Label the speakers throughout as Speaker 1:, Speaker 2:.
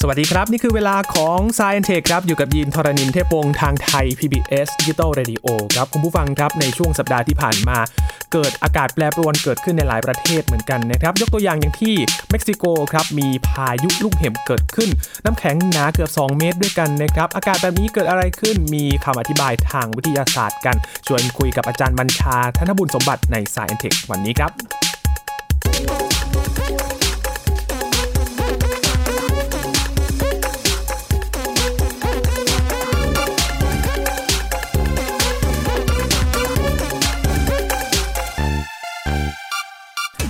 Speaker 1: สวัสดีครับ นี่คือเวลาของ s c i e n t e c h ครับ อยู่กับยีนทรณินเทพวงศ์ทางไทย PBS Digital Radio ครับ คุณผู้ฟังครับ ในช่วงสัปดาห์ที่ผ่านมา เกิดอากาศแปรปรวนเกิดขึ้นในหลายประเทศเหมือนกันนะครับ ยกตัวอย่างอย่างที่เม็กซิโกครับมีพายุลูกเห็บเกิดขึ้น น้ำแข็งหนาเกือบ 2 เมตรด้วยกันนะครับ อากาศแบบนี้เกิดอะไรขึ้นมีคำอธิบายทางวิทยาศาสตร์กันชวนคุยกับอาจารย์บัญชาธนบุญสมบัติใน s c i e n t e c h วันนี้ครับ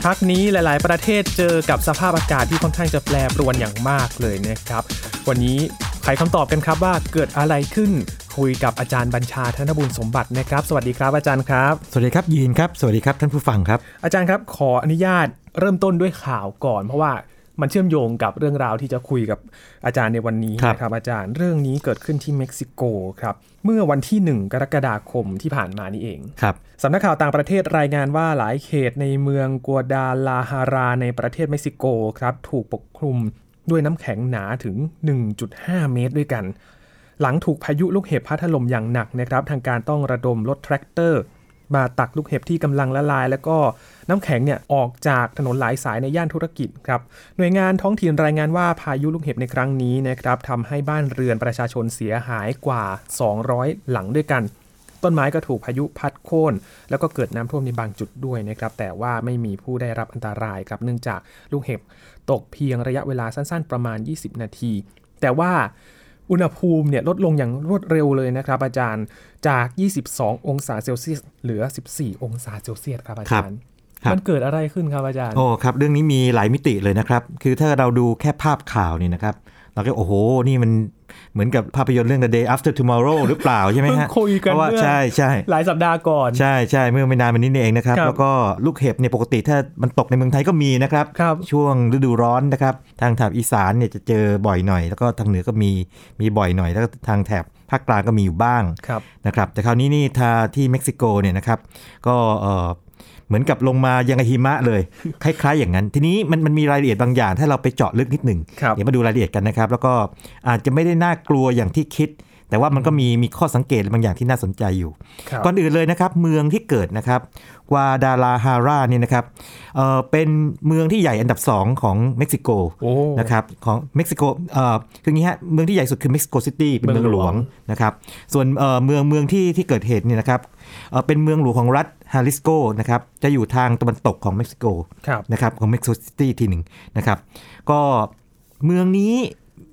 Speaker 1: พักนี้หลาย ๆ ประเทศเจอกับสภาพอากาศที่ค่อนข้างจะแปรปรวนอย่างมากเลยนะครับ วันนี้ไขคำตอบกันครับว่าเกิดอะไรขึ้น คุยกับอาจารย์บัญชาธนบุญสมบัตินะครับ สวัสดีครับอาจารย์ครับ
Speaker 2: สวัสดีครับยีนครับ สวัสดีครับท่านผู้ฟังครับ
Speaker 1: อาจารย์ครับขออนุญาตเริ่มต้นด้วยข่าวก่อน เพราะว่ามันเชื่อมโยงกับเรื่องราวที่จะคุยกับอาจารย์ในวันนี้
Speaker 2: ครับ
Speaker 1: นะครับอาจารย์เรื่องนี้เกิดขึ้นที่เม็กซิโกครับเมื่อวันที่หนึ่งกรกฎาคมที่ผ่านมานี่เอง
Speaker 2: ครับ
Speaker 1: สำนักข่าวต่างประเทศรายงานว่าหลายเขตในเมืองกัวดาลาฮาราในประเทศเม็กซิโกครับ ถูกปกคลุมด้วยน้ำแข็งหนาถึง 1.5 เมตรด้วยกัน หลังถูกพายุลูกเห็บพัดถล่มอย่างหนักนะครับ ทางการต้องระดมรถแทรกเตอร์ มาตักลูกเห็บที่กำลังละลาย แล้วก็น้ำแข็งเนี่ยออกจากถนนหลายสายในย่านธุรกิจครับ หน่วยงานท้องถิ่นรายงานว่าพายุลูกเห็บในครั้งนี้นะครับทำให้บ้านเรือนประชาชนเสียหายกว่า 200 หลังด้วยกัน ต้นไม้ก็ถูกพายุพัดโค่นแล้วก็เกิดน้ำท่วมในบางจุดด้วยนะครับ แต่ว่าไม่มีผู้ได้รับอันตรายครับ เนื่องจากลูกเห็บตกเพียงระยะเวลาสั้นๆ ประมาณ 20 นาที แต่ว่าอุณหภูมิเนี่ยลดลงอย่างรวดเร็วเลยนะครับ อาจารย์จาก 22 องศาเซลเซียสเหลือ 14 องศาเซลเซียสครับอาจารย์
Speaker 2: ครับ
Speaker 1: มันเกิดอะไรขึ้นครับอาจารย์
Speaker 2: โอ้ครับเรื่องนี้มีหลายมิติเลยนะครับ คือถ้าเราดูแค่ภาพข่าวนี่นะครับเราก็โอ้โห นี่มันเหมือนกับภาพยนตร์เรื่อง The Day After Tomorrow หรือเปล่าใช่ไหม ฮะ
Speaker 1: เพิ่งคุยกัน
Speaker 2: เพราะว่า
Speaker 1: เมื่อ
Speaker 2: ใช่ใช่
Speaker 1: หลายสัปดาห์ก่อน
Speaker 2: ใช่ใช่เมื่อไม่นานมานี้นี่เองนะครับ
Speaker 1: ครับ
Speaker 2: แล้วก็ลูกเห็บเนี่ยปกติถ้ามันตกในเมืองไทยก็มีนะครับ
Speaker 1: ครับ
Speaker 2: ช่วงฤดูร้อนนะครับ ทางแถบอีสานเนี่ยจะเจอบ่อยหน่อย แล้วก็ทางเหนือก็มีมีบ่อยหน่อย แล้วก็ทางแถบภาคกลางก็มีอยู่บ้าง
Speaker 1: ครับ
Speaker 2: นะครับแต่คราวนี้นี่ทาที่เม็กซิโกเนี่ยนะครับก็เอ่อเหมือนกับลงมายังกับหิมะเลย คล้ายๆอย่างนั้น ทีนี้มันมันมีรายละเอียดบางอย่าง ถ้าเราไปเจาะลึกนิดหนึ่ง
Speaker 1: ครับ
Speaker 2: เดี๋ยวมาดูรายละเอียดกันนะครับ แล้วก็อาจจะไม่ได้น่ากลัวอย่างที่คิด แต่ว่ามันก็มีมีข้อสังเกตบางอย่างที่น่าสนใจอยู่
Speaker 1: ครับ
Speaker 2: ก่อนอื่นเลยนะครับเมืองที่เกิดนะครับกวาดาลาฮาราเนี่ยนะครับเอ่อเป็นเมืองที่ใหญ่อันดับสองของเม็กซิโก
Speaker 1: โอ้
Speaker 2: นะครับของเม็กซิโกเอ่อคืออย่างงี้ฮะเมืองที่ใหญ่สุดคือเม็กซิโกซิตี้เป็นเมืองหลวงนะครับส่วนเอ่อเมืองเมืองที่ที่เกิดเหตุเนี่ยนะครับเอ่อเป็นเมืองหลวงของรัฐฮาริสโกนะครับจะอยู่ทางตะวันตกของเม็กซิโก
Speaker 1: ครับ
Speaker 2: นะครับของเม็กซิโกซิตี้ทีหนึ่งนะครับก็เมืองนี้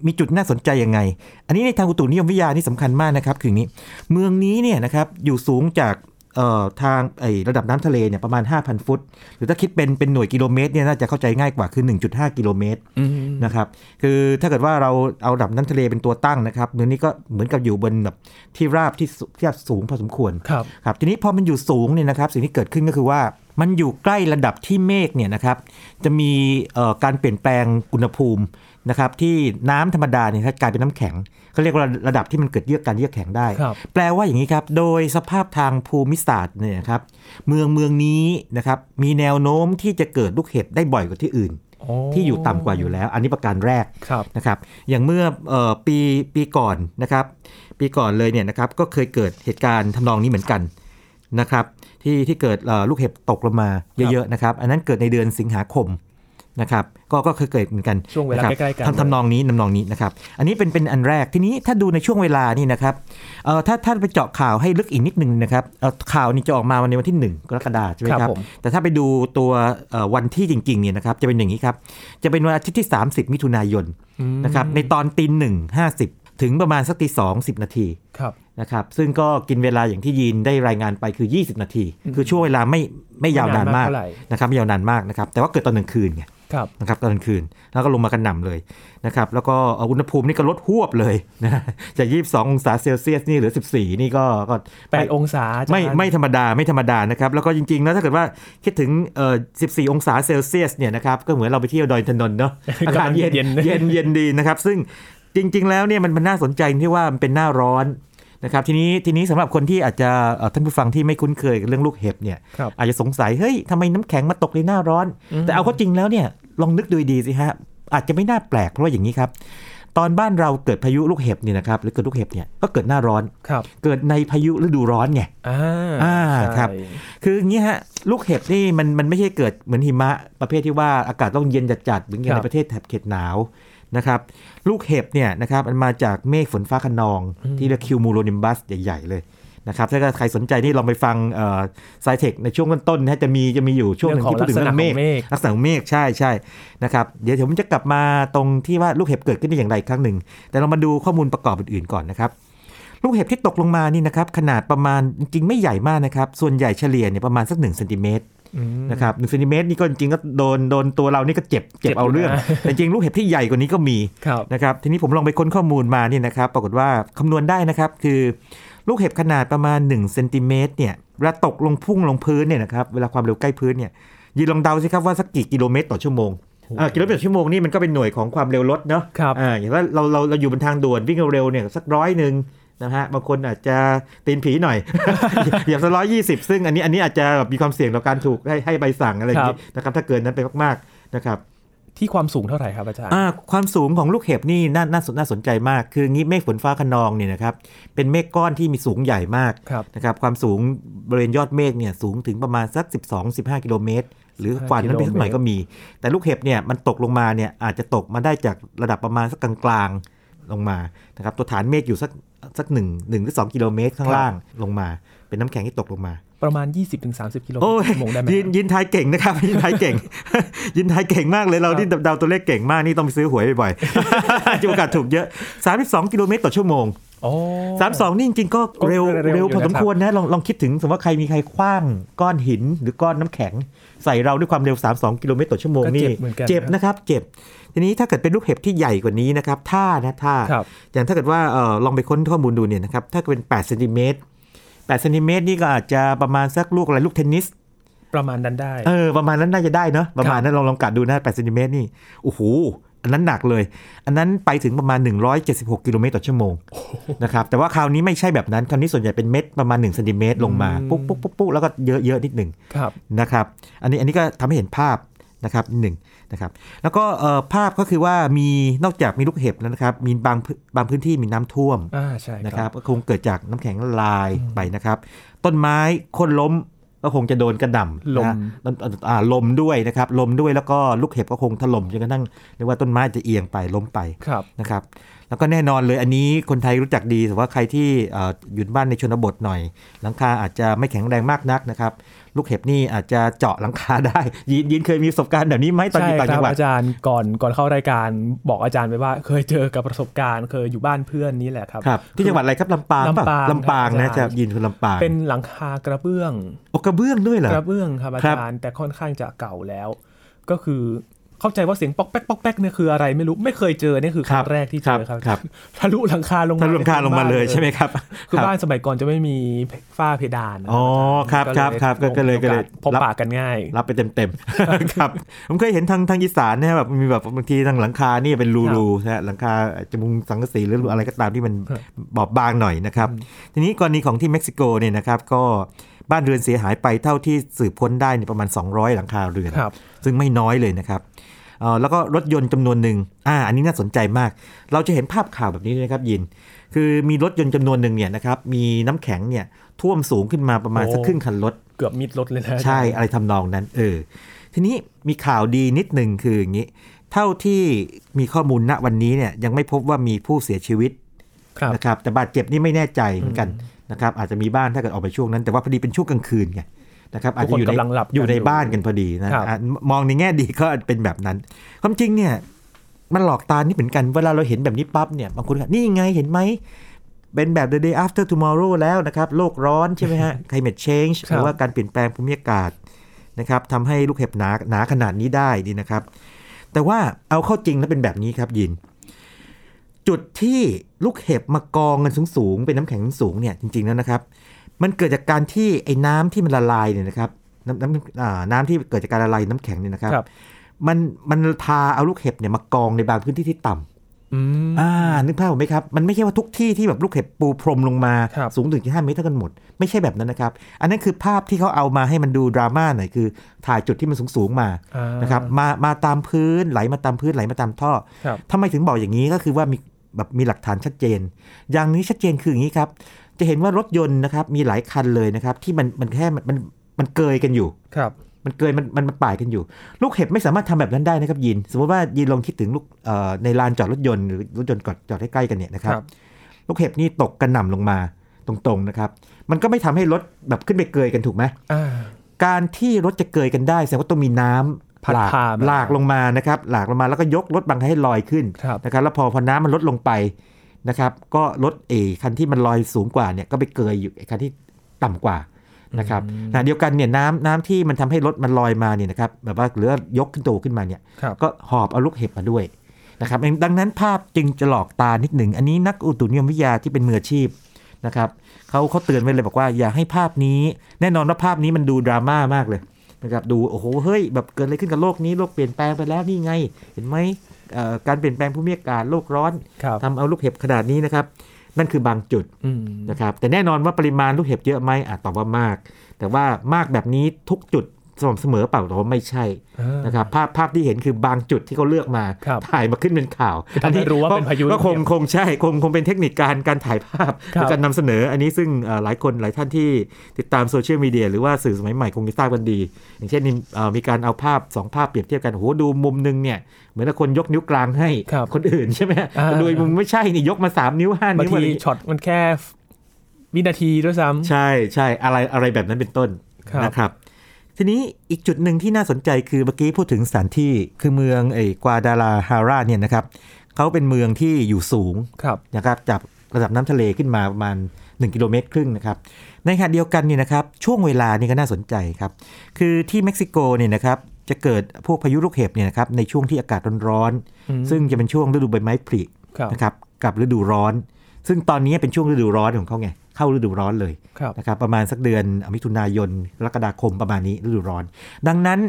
Speaker 2: มีจุดน่าสนใจยังไง อันนี้ในทางอุตุนิยมวิทยานี่สำคัญมากนะครับคืออย่างนี้ เมืองนี้เนี่ยนะครับอยู่สูงจากเอ่อทางไอระดับน้ำทะเลเนี่ยประมาณ 5,000 ฟุต หรือถ้าคิดเป็นเป็นหน่วยกิโลเมตรเนี่ยน่าจะเข้าใจง่ายกว่าคือ 1.5 กิโลเมตรนะครับคือถ้าเกิดว่าเราเอาระดับน้ำทะเลเป็นตัวตั้งนะครับเมืองนี้ก็เหมือนกับอยู่บนแบบที่ราบที่สุที่ราบสูงพอสมควร
Speaker 1: ครับ
Speaker 2: ครับทีนี้พอมันอยู่สูงเนี่ยนะครับสิ่งที่เกิดขึ้นก็คือว่ามันอยู่ใกล้ระดับที่เมฆเนี่ยนะครับจะมีเอ่อการเปลี่ยนแปลงอุณหภูมินะครับที่น้ำธรรมดาเนี่ยถ้ากลายเป็นน้ำแข็งเขาเรียกว่าระดับที่มันเกิดเยือกการเยือกแข็งได้
Speaker 1: ครับ
Speaker 2: แปลว่าอย่างนี้ครับ โดยสภาพทางภูมิศาสตร์เนี่ยนะครับเมืองเมืองนี้นะครับมีแนวโน้มที่จะเกิดลูกเห็บได้บ่อยกว่าที่อื่น
Speaker 1: โ
Speaker 2: ที่อยู่ต่ำกว่าอยู่แล้ว อันนี้ประการแรก
Speaker 1: ครับ
Speaker 2: นะครับอย่างเมื่อเออปีปีก่อนนะครับปีก่อนเลยเนี่ยนะครับก็เคยเกิดเหตุการณ์ทำนองนี้เหมือนกันนะครับที่ที่เกิดเอ่อลูกเห็บตกลงมาเยอะๆนะครับอันนั้นเกิดในเดือนสิงหาคมนะครับก็ก็เคยเกิดเหมือนกัน
Speaker 1: ช่วงเวลา
Speaker 2: ะครับ
Speaker 1: ใกล้ๆกัน
Speaker 2: ทำทำนองนี้ทำนองนี้นะครับอันนี้เป็นเป็นอันแรกทีนี้ถ้าดูในช่วงเวลานี่นะครับเอ่อถ้าถ้าไปเจาะข่าวให้ลึกอีกนิดนึงนะครับเอ่อข่าวนี้จะออกมาวันในวันที่ 1 กรกฎาคมใช่ไหม
Speaker 1: ค
Speaker 2: ค
Speaker 1: รั
Speaker 2: รั
Speaker 1: บบ ผม
Speaker 2: แต่ถ้าไปดูตัวเอ่อวันที่จริงๆเนี่ยนะครับจะเป็นอย่างนี้ครับจะเป็นวันอาทิตย์ที่ 30 มิถุนายน
Speaker 1: อืม
Speaker 2: นะครับในตอนตีหนึ่งห้าสิบถึงประมาณสักตีสองสิบนาที
Speaker 1: ครับ
Speaker 2: นะครับซึ่งก็กินเวลาอย่างที่ยีนได้รายงานไปคือ 20 นาที คือช่วงเวลาไม่ไม่ยาวนานมาก
Speaker 1: ไม่นานมากเท่าไหร่
Speaker 2: นะครับไม่ยาวนานมากนะครับแต่ว่าเกิดตอนกลางคืนไง
Speaker 1: ครับ
Speaker 2: นะครับตอนกลางคืน แล้วก็ลงมากันหน่ำเลยนะครับแล้วก็เอ่ออุณหภูมินี่ก็ลดหวบเลยนะ จาก 22 องศาเซลเซียสนี่เหลือ 14 นี่ก็ก็
Speaker 1: แป
Speaker 2: ไม่
Speaker 1: ดองศาอาจารย์
Speaker 2: ไม่ไม่ธรรมดาไม่ธรรมดานะครับแล้วก็จริงๆแล้วถ้าเกิดว่าคิดถึงเอ่อ14 องศาเซลเซียสเนี่ยนะครับก็เหมือนเราไปเที่ยวดอยอินทนนท์ เนาะ อากาศเย็น
Speaker 1: เย็น
Speaker 2: เย็นเย็นดีนะครับ ซึ่งจริง ๆ แล้วเนี่ยมันมันน่าสนใจที่ว่ามันเป็นหน้าร้อนนะครับทีนี้ทีนี้สำหรับคนที่อาจจะเอ่อท่านผู้ฟังที่ไม่คุ้นเคยกับเรื่องลูกเห็บเนี่ย
Speaker 1: ครับ
Speaker 2: อาจจะสงสัยเฮ้ยทำไมน้ำแข็งมาตกในหน้าร้อน แต่เอาเข้าจริงแล้วเนี่ยลองนึกดูดีๆสิฮะอาจจะไม่น่าแปลกเพราะว่าอย่างนี้ครับ ตอนบ้านเราเกิดพายุลูกเห็บเนี่ยนะครับหรือเกิดลูกเห็บเนี่ยก็เกิดหน้าร้อน
Speaker 1: ครับ
Speaker 2: เกิดในพายุฤดูร้อนไง
Speaker 1: อ่า
Speaker 2: อ่า
Speaker 1: ใช่
Speaker 2: ครับ คืออย่างนี้ฮะลูกเห็บนี่มันมันไม่ใช่เกิดเหมือนหิมะประเภทที่ว่าอากาศต้องเย็นจัดๆเหมือนอย่างในประเทศแถบเขตหนาวนะครับลูกเห็บเนี่ยนะครับมันมาจากเมฆฝนฟ้าขนอง ที่เรียกคิวมูโรนิมบัสใหญ่ ๆ เลยนะครับถ้าเกิดใครสนใจนี่ลองไปฟังไซเทคในช่วงต้นๆนะฮะจะมีจะมีอยู่ช่วงห
Speaker 1: เรื่อง
Speaker 2: นึ่
Speaker 1: ขอ
Speaker 2: ง
Speaker 1: ง
Speaker 2: ที่พู
Speaker 1: ลั
Speaker 2: ด
Speaker 1: ก
Speaker 2: ถึง
Speaker 1: ษ
Speaker 2: เรื่
Speaker 1: ณะ
Speaker 2: อง
Speaker 1: ข
Speaker 2: เม
Speaker 1: อ
Speaker 2: ฆ
Speaker 1: งเมฆ
Speaker 2: ลักษณะของเมฆใช่ใช่นะครับเดี๋ยวผมจะกลับมาตรงที่ว่าลูกเห็บเกิดขึ้นได้อย่างไรอีกครั้งหนึ่ง แต่เรามาดูข้อมูลประกอบอื่นๆก่อนนะครับ ลูกเห็บที่ตกลงมานี่นะครับขนาดประมาณจริงๆไม่ใหญ่มากนะครับ ส่วนใหญ่เฉลี่ยเนี่ยประมาณสัก1เซนติเมตร
Speaker 1: อืม
Speaker 2: นะครับหนึ่งเซนติเมตรนี่ก็จริงๆก็โดนโดนตัวเรานี่ก็เจ็บเจ็บ
Speaker 1: เจ็บ
Speaker 2: เอาเรื่อง
Speaker 1: อยู่นะ
Speaker 2: แต่จริงๆลูกเห็บที่ใหญ่กว่านี้ก็มี
Speaker 1: ครับ
Speaker 2: นะครับทีนี้ผมลองไปค้นข้อมูลมาเนี่ยนะครับ ปรากฏว่าคำนวณได้นะครับคือ ลูกเห็บขนาดประมาณ1เซนติเมตรเนี่ยเวลาตกลงพุ่งลงพื้นเนี่ยนะครับเวลาความเร็วใกล้พื้นเนี่ยยีลองเดาสิครับว่าสักกี่กิโลเมตรต่อชั่วโมงอ่ากิโลเมตรต่อชั่วโมงนี่มันก็เป็นหน่วยของความเร็วรถเนาะ
Speaker 1: ครับ
Speaker 2: อ่าอย่างว่าเราเราเราอยู่บนทางด่วนวิ่งเร็วๆเนี่ยสักร้อยหนึ่งนะฮะบางคนอาจจะตีนผีหน่อย อย่าสักร้อยยี่สิบซึ่งอันนี้อันนี้อาจจะแบบมีความเสี่ยงต่อการถูกให้ให้ใบสั่งอะไรอย่างนี้นะครับถ้าเกินนั้นไปมากๆนะครับ
Speaker 1: ที่ความสูงเท่าไหร่ครับอาจารย์
Speaker 2: อ่าความสูงของลูกเห็บนี่น่าน่าสนน่าสนใจมาก คืองี้เมฆฝนฟ้าขนองเนี่ยนะครับเป็นเมฆก้อนที่มีสูงใหญ่มาก
Speaker 1: ครับ
Speaker 2: นะครับความสูงบริเวณยอดเมฆเนี่ยสูงถึงประมาณสัก 12-15 กิโลเมตร หรือกว่านั้นไปสักหน่อยก็มี แต่ลูกเห็บเนี่ยมันตกลงมาเนี่ยอาจจะตกมาได้จากระดับประมาณสักกลางๆลงมานะครับตัวฐานเมฆอยู่สักสักหนึ่งหนึ่งหรือสองกิโลเมตรข้างล่างลงมา เป็นน้ำแข็งที่ตกลงมา
Speaker 1: ประมาณ 20-30 กิโลเมต
Speaker 2: โอ้
Speaker 1: ร
Speaker 2: ย
Speaker 1: ชั่วโมงได้ไหม
Speaker 2: ยินยินทายเก่งนะครับ ยินทายเก่ง ยินทายเก่งมากเลยเราที่เดาตัวเลขเก่งมากนี่ต้องไปซื้อหวยบ่อยๆ จะโอกาสถูกเยอะ 32 กิโลเมตรต่อชั่วโมง
Speaker 1: โอ้
Speaker 2: สามสองนี่จริงๆก็เร็ว
Speaker 1: ก็เร็ว
Speaker 2: เร็วพอ
Speaker 1: อยู่
Speaker 2: สม
Speaker 1: นะครับ
Speaker 2: ควรนะลองลองคิดถึงสมมติว่าใครมีใครคว้างก้อนหินหรือก้อนน้ำแข็ง ใส่เราด้วยความเร็ว 3 2 กิโลเมตรต่อชั่วโมงนี่
Speaker 1: ก็เจ็บเหมือนกัน
Speaker 2: เจ็บนะครับเจ็บ ทีนี้ถ้าเกิดเป็นลูกเห็บที่ใหญ่กว่านี้นะครับท่านะท่า
Speaker 1: ครับ
Speaker 2: อย่างถ้าเกิดว่าเออลองไปค้นข้อมูลดูเนี่ยนะครับถ้าเกิดเป็น8เซนติเมตร8เซนติเมตรนี่ก็อาจจะประมาณสักลูกอะไรลูกเทนนิส
Speaker 1: ประมาณนั้นได้
Speaker 2: เออประมาณนั้นน่าจะได้เนอะประมาณนั้นลองลองกัดดูนะ8เซนติเมตรนี่โอ้โหอันนั้นหนักเลย อันนั้นไปถึงประมาณ 176 กิโลเมตรต่อชั่วโมงนะครับแต่ว่าคราวนี้ไม่ใช่แบบนั้น คราวนี้ส่วนใหญ่เป็นเม็ดประมาณ1เซนติเมตรลงมา
Speaker 1: อืม
Speaker 2: ปุ๊บปุ๊บปุ๊บปุ๊บแล้วก็เยอะเยอะนิดหนึ่ง
Speaker 1: ครับ
Speaker 2: นะครับอันนี้อันนี้ก็ทำให้เห็นภาพนะครับนิดหนึ่งนะครับแล้วก็เอ่อภาพก็คือว่ามีนอกจากมีลูกเห็บแล้วนะครับมีบางพื้นบางพื้นที่มีน้ำท่วม
Speaker 1: อ่าใช่
Speaker 2: นะค
Speaker 1: ค
Speaker 2: รั
Speaker 1: รั
Speaker 2: บบ ก็คงเกิดจากน้ำแข็งละลายไปนะครับ ต้นไม้โคนล้มก็คงจะโดนกระหน่ำ
Speaker 1: ลม
Speaker 2: นะต้นอ่าลมด้วยนะครับลมด้วยแล้วก็ลูกเห็บก็คงถล่มจนกระทั่งเรียกว่าต้นไม้จะเอียงไปล้มไป
Speaker 1: ครับ
Speaker 2: นะครับแล้วก็แน่นอนเลยอันนี้คนไทยรู้จักดีแต่ว่าใครที่เอ่ออยู่บ้านในชนบทหน่อย หลังคาอาจจะไม่แข็งแรงมากนักนะครับลูกเห็บนี่อาจจะเจาะหลังคาได้ ยินยินเคยมีประสบการณ์แบบนี้ไหมตอนอ
Speaker 1: ใช่
Speaker 2: ยู่ต่าง
Speaker 1: ค
Speaker 2: จั
Speaker 1: รั
Speaker 2: ง
Speaker 1: บ
Speaker 2: หวัด
Speaker 1: อาจารย์ก่อนก่อนเข้ารายการบอกอาจารย์ไปว่า เคยเจอกับประสบการณ์เคยอยู่บ้านเพื่อนนี่แหละครับ
Speaker 2: ครับที่จังหวัดอะไรครับลำปางเปล่า
Speaker 1: ลำ
Speaker 2: ลำปา
Speaker 1: ปาง ง
Speaker 2: นะ
Speaker 1: ค
Speaker 2: ค
Speaker 1: รั
Speaker 2: รับบ ยินคือลำปาง
Speaker 1: เป็นหลังคากระเบื้อง
Speaker 2: โอกระเบื้องด้วยเหรอ
Speaker 1: กระเบื้องครับอา
Speaker 2: ครับ
Speaker 1: จารย์แต่ค่อนข้างจะเก่าแล้ว ก็คือเข้าใจว่าเสียงป๊อกแป๊กป๊อกแป๊กเนี่ยคืออะไรไม่รู้ไม่เคยเจอเนี่ยคือครั้งแรกที่เจอครับ
Speaker 2: ครับ
Speaker 1: ทะลุหลังคาลงมา
Speaker 2: ถ้ารวมค่าลงมาเลย
Speaker 1: ป็นบ้น
Speaker 2: ใช่ไหมครับ
Speaker 1: คือ
Speaker 2: รับ
Speaker 1: บ้านสมัยก่อนจะไม่มีฝ้าเพดาน
Speaker 2: อ๋อครับครับครับก็ก็เลยก็เลย
Speaker 1: พบปะกันง่าย
Speaker 2: รับไปเต็มๆ ครับผมเคยเห็นทางทางอีสานนะแบบมีแบบบางทีทางหลังคานี่เป็นรู
Speaker 1: ครับ
Speaker 2: รูนะฮะหลังคาจมุงสังกะสีหรืออะไรก็ตามที่มันบอบบางหน่อยนะครับ ทีนี้กรณีของที่เม็กซิโกเนี่ยนะครับก็บ้านเรือนเสียหายไปเท่าที่สืบค้นได้เนี่ยประมาณ 200 หลังคาเรือน
Speaker 1: ครับ
Speaker 2: ซึ่งไม่น้อยเลยนะครับเอ่อแล้วก็รถยนต์จำนวนหนึ่งอ่าอันนี้น่าสนใจมาก เราจะเห็นภาพข่าวแบบนี้ด้วยนะครับยิน คือมีรถยนต์จำนวนหนึ่งเนี่ยนะครับ มีน้ำแข็งเนี่ยท่วมสูงขึ้นมาประมาณ
Speaker 1: โอ้
Speaker 2: สักครึ่งคันรถ
Speaker 1: เกือบมิดรถเลยนะ
Speaker 2: ใช่อะไรทำนองนั้นเออ ทีนี้มีข่าวดีนิดหนึ่งคืออย่างนี้ เท่าที่มีข้อมูลณวันนี้เนี่ยยังไม่พบว่ามีผู้เสียชีวิต
Speaker 1: ครับ
Speaker 2: นะครับแต่บาดเจ็บนี่ไม่แน่ใจเหมือนกันนะครับอาจจะมีบ้านถ้าเกิดออกไปช่วงนั้น แต่ว่าพอดีเป็นช่วงกลางคืนไงนะครับอาจจะอยู่
Speaker 1: ทุกคนกำ
Speaker 2: ใน
Speaker 1: ลังหลับกัน
Speaker 2: อยู่ใน
Speaker 1: อยู่
Speaker 2: บ้านกันพอดีนะครับ อ่ะมองในแง่ดีก็อาจเป็นแบบนั้น ความจริงเนี่ยมันหลอกตานี่เหมือนกันเวลาเราเห็นแบบนี้ปั๊บเนี่ยบางคนก็นี่ไงเห็นไหม เป็นแบบ the day after tomorrow แล้วนะครับ โลกร้อนใช่ไหมฮ ะ climate change หรือว่าการเปลี่ยนแปลงภูมิอากาศนะครับทำให้ลูกเห็บหนาหนาขนาดนี้ได้ดีนะครับ แต่ว่าเอาเข้าจริงแล้วเป็นแบบนี้ครับยิน จุดที่ลูกเห็บมากองกันสูงๆเป็นน้ำแข็งสูงๆเนี่ยจริงๆแล้วนะครับ มันเกิดจากการที่ไอ้น้ำที่มันละลายเนี่ยนะครับน้ำน้ำอ่าน้ำที่เกิดจากการละลายน้ำแข็งเนี่ยนะครับ
Speaker 1: ครับ
Speaker 2: มันมันพาเอาลูกเห็บเนี่ยมากองในบางพื้นที่ที่ต่ำ
Speaker 1: อืม
Speaker 2: อ่านึกภาพออกไหมครับ มันไม่ใช่ว่าทุกที่ที่แบบลูกเห็บปูพรมลงมา
Speaker 1: ครับ
Speaker 2: สูงถึงห้าเมตรเท่ากันหมด ไม่ใช่แบบนั้นนะครับ อันนั้นคือภาพที่เขาเอามาให้มันดูดราม่าหน่อยคือ ถ่ายจุดที่มันสูงๆมา
Speaker 1: อ่า
Speaker 2: นะครับมามาตามพื้นไหลมาตามพื้นไหลมาตามท่อ
Speaker 1: ครับ
Speaker 2: ทำไมถึงบอกอย่างนี้ก็คือว่ามีแบบมีหลักฐานชัดเจน อย่างนี้ชัดเจนคืออย่างนี้ครับ จะเห็นว่ารถยนต์นะครับมีหลายคันเลยนะครับ ที่มันมันแค่มันมันมันเกยกันอยู่
Speaker 1: ครับ
Speaker 2: มันเกยมันมันมันป่ายกันอยู่ ลูกเห็บไม่สามารถทำแบบนั้นได้นะครับยิน สมมติว่ายินลองคิดถึงลูกเอ่อในลานจอดรถยนต์หรือรถยนต์จอดจอดใกล้ๆกันเนี่ยนะครับ
Speaker 1: ครับ
Speaker 2: ลูกเห็บนี่ตกกระหน่ำลงมาตรงๆนะครับ มันก็ไม่ทำให้รถแบบขึ้นไปเกยกันถูกไหม
Speaker 1: อ่า
Speaker 2: การที่รถจะเกยกันได้แสดงว่าต้องมีน้ำ
Speaker 1: พัด
Speaker 2: หลาก
Speaker 1: พามา
Speaker 2: หลากลงมานะครับ หลากลงมาแล้วก็ยกรถบางคันให้ลอยขึ้น
Speaker 1: ครับ
Speaker 2: นะครับแล้วพอพอน้ำมันลดลงไปนะครับ ก็รถเอคันที่มันลอยสูงกว่าเนี่ยก็ไปเกยอยู่ไอ้คันที่ต่ำกว่านะครับขณะเดียวกันเนี่ยน้ำน้ำที่มันทำให้รถมันลอยมาเนี่ยนะครับแบบว่าหรือว่ายกขึ้นโตขึ้นมาเนี่ย
Speaker 1: ครับ
Speaker 2: ก็หอบเอาลูกเห็บมาด้วยนะครับดังนั้นภาพจึงจะหลอกตานิดหนึ่ง อันนี้นักอุตุนิยมวิทยาที่เป็นมืออาชีพนะครับเขาเขาเตือนไว้เลยบอกว่าอย่าให้ภาพนี้ แน่นอนว่าภาพนี้มันดูดราม่ามากเลยนะครับดูโอ้โหเฮ้ยแบบเกิดอะไรขึ้นกับโลกนี้โลกเปลี่ยนแปลงไปแล้วนี่ไง เห็นไหมเอ่อการเปลี่ยนแปลงภูมิอากาศโลกร้อน
Speaker 1: ครับ
Speaker 2: ทำเอาลูกเห็บขนาดนี้นะครับ นั่นคือบางจุด
Speaker 1: อืม
Speaker 2: นะครับแต่แน่นอนว่าปริมาณลูกเห็บเยอะไหมอาจตอบว่ามาก แต่ว่ามากแบบนี้ทุกจุดสม่ำเสมอเปล่าตอบว่าไม่ใช่
Speaker 1: อ่าน
Speaker 2: นะครับภาพภาพที่เห็นคือบางจุดที่เขาเลือกมา
Speaker 1: ครับ
Speaker 2: ถ่ายมาขึ้นเป็นข่าว
Speaker 1: คือทำให้รู้ว่าเป็นพายุ
Speaker 2: ก็คงคงใช่คงคงเป็นเทคนิคการการถ่ายภาพ
Speaker 1: ครับ
Speaker 2: หอการนำเสนออันนี้ซึ่งเอ่อหลายคนหลายท่านที่ติดตามโซเชียลมีเดียหรือว่าสื่อสมัยใหม่คงจะทราบกันดี อย่างเช่นนี่เอ่อมีการเอาภาพสองภาพเปรียบเทียบกันโอ้โหดูมุมหนึงเนี่ยเหมือนกับคนยกนิ้วกลางให้
Speaker 1: ครับ
Speaker 2: คนอื่นใช่ไหม
Speaker 1: อ่า
Speaker 2: แต่ดูอีกมุมไม่ใช่นี่ยกมาสามนิ้วห้า
Speaker 1: บาง
Speaker 2: นิ้วอะ
Speaker 1: ที
Speaker 2: ไรอย่างเงี้ย
Speaker 1: ช็อตมันแค่วินาทีด้วยซ้ำ
Speaker 2: ใช่ใช่อะไรอะไรแบบนั้นเป็นต้น
Speaker 1: ครับ
Speaker 2: นะครับ ทีนี้อีกจุดหนึ่งที่น่าสนใจคือเมื่อกี้พูดถึงสถานที่คือเมืองไอกวาดาลาฮาราเนี่ยนะครับเขาเป็นเมืองที่อยู่สูง
Speaker 1: ครับ
Speaker 2: นะครับจากระดับน้ำทะเลขึ้นมาประมาณ 1 กิโลเมตรครึ่งนะครับ ในขณะเดียวกันเนี่ยนะครับช่วงเวลานี่ก็น่าสนใจครับ คือที่เม็กซิโกเนี่ยนะครับจะเกิดพวกพายุลูกเห็บเนี่ยนะครับในช่วงที่อากาศร้อน
Speaker 1: อืม
Speaker 2: ๆซึ่งจะเป็นช่วงฤดูใบไม้ผลิ
Speaker 1: ครับ
Speaker 2: นะครับกับฤดูร้อน ซึ่งตอนนี้เป็นช่วงฤดูร้อนของเขาไง เข้าฤดูร้อนเลย
Speaker 1: ครับ
Speaker 2: นะครับ ประมาณสักเดือนมิถุนายนกรกฎาคมประมาณนี้ฤดูร้อน ดังนั้น